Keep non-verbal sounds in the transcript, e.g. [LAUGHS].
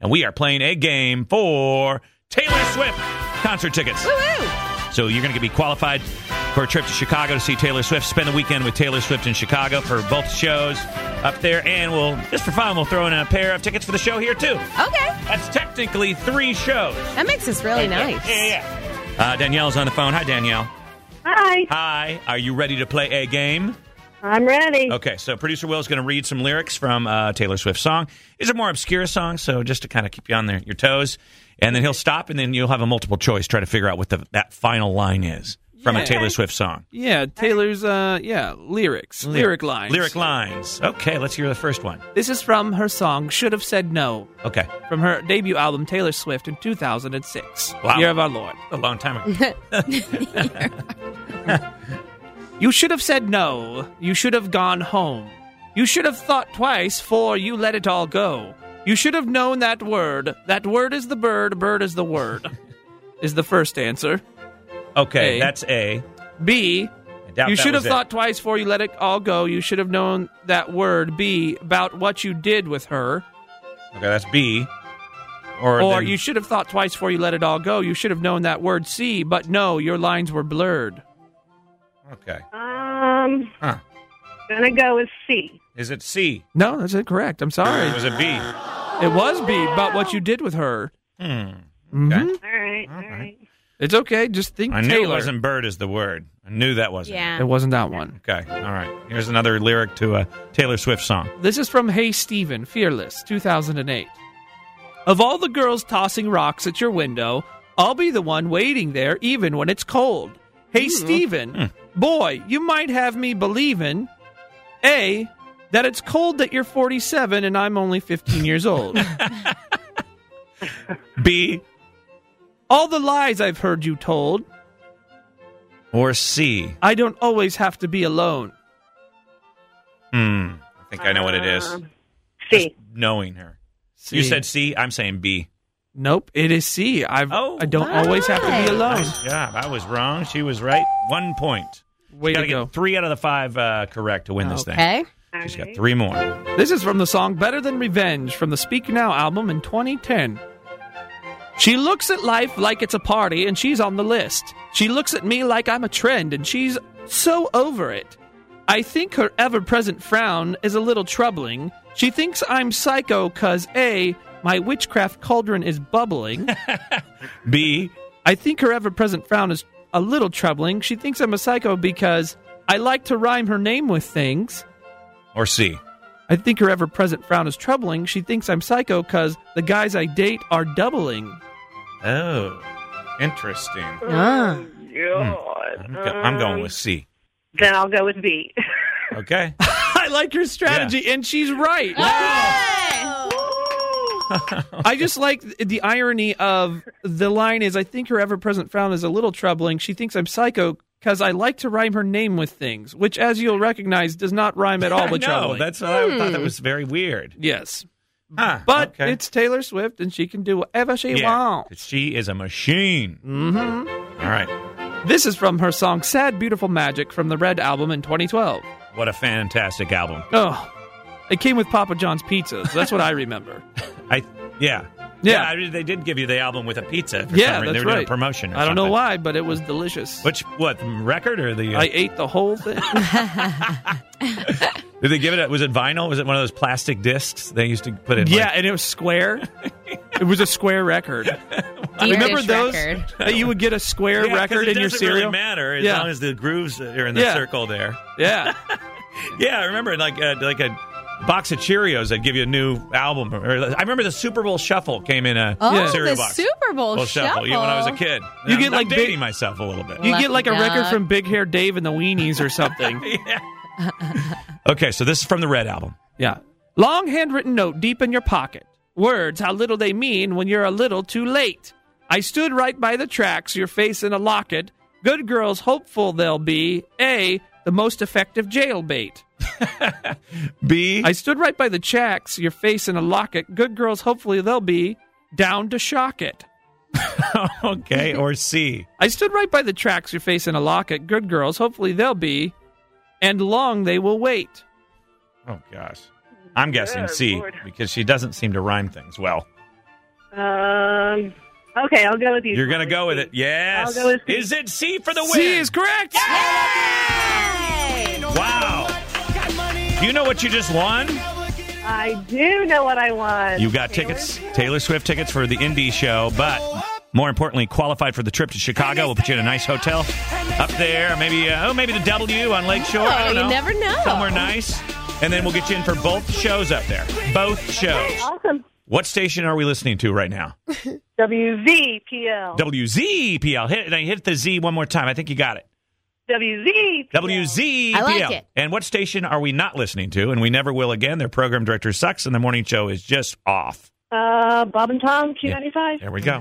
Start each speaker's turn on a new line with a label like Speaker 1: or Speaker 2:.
Speaker 1: and we are playing a game for Taylor Swift concert tickets.
Speaker 2: Woo!
Speaker 1: So you're going to be qualified for a trip to Chicago to see Taylor Swift. Spend the weekend with Taylor Swift in Chicago for both shows up there, and we'll just for fun we'll throw in a pair of tickets for the show here too.
Speaker 2: Okay,
Speaker 1: That's technically three shows.
Speaker 2: that makes this really nice.
Speaker 1: Yeah, yeah. yeah. Uh, Danielle's on the phone. Hi, Danielle.
Speaker 3: Hi,
Speaker 1: Hi. Are you ready to play a game?
Speaker 3: I'm ready.
Speaker 1: Okay, so producer Will's going to read some lyrics from uh, Taylor Swift's song. These are more obscure songs, so just to kind of keep you on their, your toes. And then he'll stop, and then you'll have a multiple choice try to figure out what the, that final line is from a
Speaker 4: Yeah.
Speaker 1: Taylor Swift song.
Speaker 4: Yeah, Taylor's uh yeah, lyrics. Lyric lines.
Speaker 1: Lyric lines. Okay, let's hear the first one.
Speaker 4: This is from her song Should Have Said No
Speaker 1: Okay,
Speaker 4: from her debut album Taylor Swift in 2006.
Speaker 1: Wow.
Speaker 4: Year of Our Lord.
Speaker 1: a long time ago.
Speaker 4: [LAUGHS] You should have said no. You should have gone home. You should have thought twice, for you let it all go. You should have known that word. That word is the bird, bird is the word.
Speaker 1: [LAUGHS]
Speaker 4: is the first answer.
Speaker 1: Okay,
Speaker 4: A.
Speaker 1: that's A.
Speaker 4: B.
Speaker 1: I doubt
Speaker 4: you
Speaker 1: that
Speaker 4: should
Speaker 1: was
Speaker 4: have
Speaker 1: it.
Speaker 4: thought twice before you let it all go. You should have known that word, B, about what you did with her.
Speaker 1: Okay, that's B. Or,
Speaker 4: Or
Speaker 1: then-
Speaker 4: you should have thought twice before you let it all go. You should have known that word, C, but no, your lines were blurred.
Speaker 1: Okay.
Speaker 3: Um,
Speaker 1: Huh.
Speaker 3: gonna go with C.
Speaker 1: Is it C?
Speaker 4: No, that's incorrect. I'm
Speaker 1: Or
Speaker 4: sorry.
Speaker 1: was it B?
Speaker 4: It was B, but what you did with her.
Speaker 1: Hmm.
Speaker 4: Mhm.
Speaker 3: All right, all right.
Speaker 4: It's okay. Just think
Speaker 1: I knew
Speaker 4: Taylor.
Speaker 1: it wasn't bird is the word. I knew that wasn't.
Speaker 2: Yeah.
Speaker 4: It wasn't that one.
Speaker 1: Okay. All right. Here's another lyric to a Taylor Swift song.
Speaker 4: This is from Hey Steven, Fearless, 2008. Of all the girls tossing rocks at your window, I'll be the one waiting there even when it's cold. Hey
Speaker 1: Hmm.
Speaker 4: Steven, boy, you might have me believing A, that it's cold that you're 47 and I'm only 15
Speaker 1: [LAUGHS]
Speaker 4: years old.
Speaker 1: B
Speaker 4: all the lies I've heard you told,
Speaker 1: or C?
Speaker 4: I don't always have to be alone.
Speaker 1: Hmm. I think I know what it is.
Speaker 3: Um, C.
Speaker 1: Knowing her. You
Speaker 4: C.
Speaker 1: said C. I'm saying B.
Speaker 4: Nope, it is C. I've,
Speaker 1: Oh,
Speaker 4: I don't always have to be alone.
Speaker 1: Nice job. I was wrong. She was right. One point.
Speaker 4: Way
Speaker 1: Got
Speaker 4: to
Speaker 1: to
Speaker 4: go.
Speaker 1: get three out of the five uh, correct to win this thing.
Speaker 2: Okay.
Speaker 3: All
Speaker 1: She's got
Speaker 3: right.
Speaker 1: three more.
Speaker 4: This is from the song Better Than Revenge from the Speak Now album in 2010. She looks at life like it's a party and she's on the list. She looks at me like I'm a trend and she's so over it. I think her ever present frown is a little troubling. She thinks I'm psycho because A, my witchcraft cauldron is bubbling.
Speaker 1: B.
Speaker 4: I think her ever present frown is a little troubling. She thinks I'm a psycho because I like to rhyme her name with things.
Speaker 1: Or C.
Speaker 4: I think her ever present frown is troubling. She thinks I'm psycho because the guys I date are doubling. [LAUGHS]
Speaker 1: Oh, interesting.
Speaker 2: Ah.
Speaker 3: God.
Speaker 1: I'm, go- hmm. I'm going with C.
Speaker 3: Um, Then I'll go
Speaker 1: [LAUGHS]
Speaker 3: with B.
Speaker 1: Okay.
Speaker 4: I like your strategy, and she's right. [LAUGHS]
Speaker 2: Ah.
Speaker 4: I just like th- the irony of the line is I think her ever present frown is a little troubling. She thinks I'm psycho because I like to rhyme her name with things, which, as you'll recognize, does not rhyme at
Speaker 1: [LAUGHS]
Speaker 4: all
Speaker 1: I
Speaker 4: with
Speaker 1: know.
Speaker 4: troubling.
Speaker 1: That's what I thought that was very weird.
Speaker 4: yes.
Speaker 1: Huh,
Speaker 4: But
Speaker 1: okay.
Speaker 4: it's Taylor Swift, and she can do whatever she
Speaker 1: yeah,
Speaker 4: wants.
Speaker 1: she is a machine.
Speaker 4: hmm
Speaker 1: All right.
Speaker 4: This is from her song Sad Beautiful Magic from the Red album in 2012.
Speaker 1: What a fantastic album.
Speaker 4: Oh, it came with Papa John's pizza. So that's what
Speaker 1: [LAUGHS]
Speaker 4: I remember.
Speaker 1: I yeah.
Speaker 4: Yeah.
Speaker 1: I mean, they did give you the album with a pizza. For
Speaker 4: yeah,
Speaker 1: some reason.
Speaker 4: that's
Speaker 1: they were
Speaker 4: right.
Speaker 1: doing a promotion. Or
Speaker 4: I don't know
Speaker 1: something.
Speaker 4: why, but it was delicious.
Speaker 1: Which what the record or the? Uh,
Speaker 4: I ate the
Speaker 1: [LAUGHS]
Speaker 4: whole thing.
Speaker 1: did they give it? A, was it vinyl? Was it one of those plastic discs they used to put in?
Speaker 4: yeah,
Speaker 1: like-
Speaker 4: and it was square. It was a
Speaker 1: [LAUGHS]
Speaker 4: square record.
Speaker 2: Deep
Speaker 4: Remember
Speaker 2: dish
Speaker 4: those
Speaker 2: record.
Speaker 4: that you would get a square
Speaker 1: Yeah, 'cause
Speaker 4: record
Speaker 1: it
Speaker 4: in your
Speaker 1: doesn't really
Speaker 4: cereal?
Speaker 1: matter as
Speaker 4: Yeah.
Speaker 1: long as the grooves that are in the
Speaker 4: Yeah.
Speaker 1: circle there.
Speaker 4: Yeah,
Speaker 1: Yeah, I remember like a, like a box of Cheerios. I'd give you a new album. Or, I remember the Super Bowl Shuffle came in a
Speaker 2: Oh,
Speaker 1: cereal
Speaker 2: the
Speaker 1: box.
Speaker 2: Super Bowl shuffle.
Speaker 1: Yeah, when I was a kid.
Speaker 4: You
Speaker 1: I'm-
Speaker 4: get,
Speaker 1: I'm
Speaker 4: like, big-
Speaker 1: dating myself a little bit.
Speaker 4: you get
Speaker 2: Lucky
Speaker 4: like a record
Speaker 2: dog.
Speaker 4: from Big Hair Dave and the Weenies or something.
Speaker 1: [LAUGHS] okay, so this is from the Red album.
Speaker 4: Yeah, long handwritten note deep in your pocket. Words, how little they mean when you're a little too late. I stood right by the tracks, your face in a locket. Good girls, hopeful they'll be. A, the most effective jailbait.
Speaker 1: B.
Speaker 4: I stood right by the checks, your face in a locket. Good girls, hopefully they'll be down to shock it.
Speaker 1: [LAUGHS] okay, or C.
Speaker 4: I stood right by the tracks, your face in a locket. Good girls, hopefully they'll be, and long they will wait.
Speaker 1: Oh gosh. I'm guessing
Speaker 3: Good
Speaker 1: C
Speaker 3: Lord.
Speaker 1: because she doesn't seem to rhyme things well.
Speaker 3: Um. Okay, I'll go with you.
Speaker 1: You're going to go with it. Yes.
Speaker 3: I'll go with C.
Speaker 1: Is it C for the win?
Speaker 4: C is correct.
Speaker 1: Wow. Do you know what you just won?
Speaker 3: I do know what I want.
Speaker 1: You got tickets, Taylor Swift tickets for the indie show, but more importantly, qualified for the trip to Chicago. We'll put you in a nice hotel up there, maybe uh, oh, maybe the W on Lake Shore. I
Speaker 2: Oh,
Speaker 1: don't
Speaker 2: you
Speaker 1: know.
Speaker 2: never know.
Speaker 1: Somewhere nice, and then we'll get you in for both shows up there. Both shows.
Speaker 3: Awesome.
Speaker 1: What station are we listening to right now?
Speaker 3: WVPL.
Speaker 1: WZPL. Hit it. Hit the Z one more time. I think you got it.
Speaker 3: WZ.
Speaker 1: WZPL.
Speaker 2: I like it.
Speaker 1: And what station are we not listening to? And we never will again. Their program director sucks, and the morning show is just off.
Speaker 3: Uh, Bob and Tom, Q95.
Speaker 1: There we go.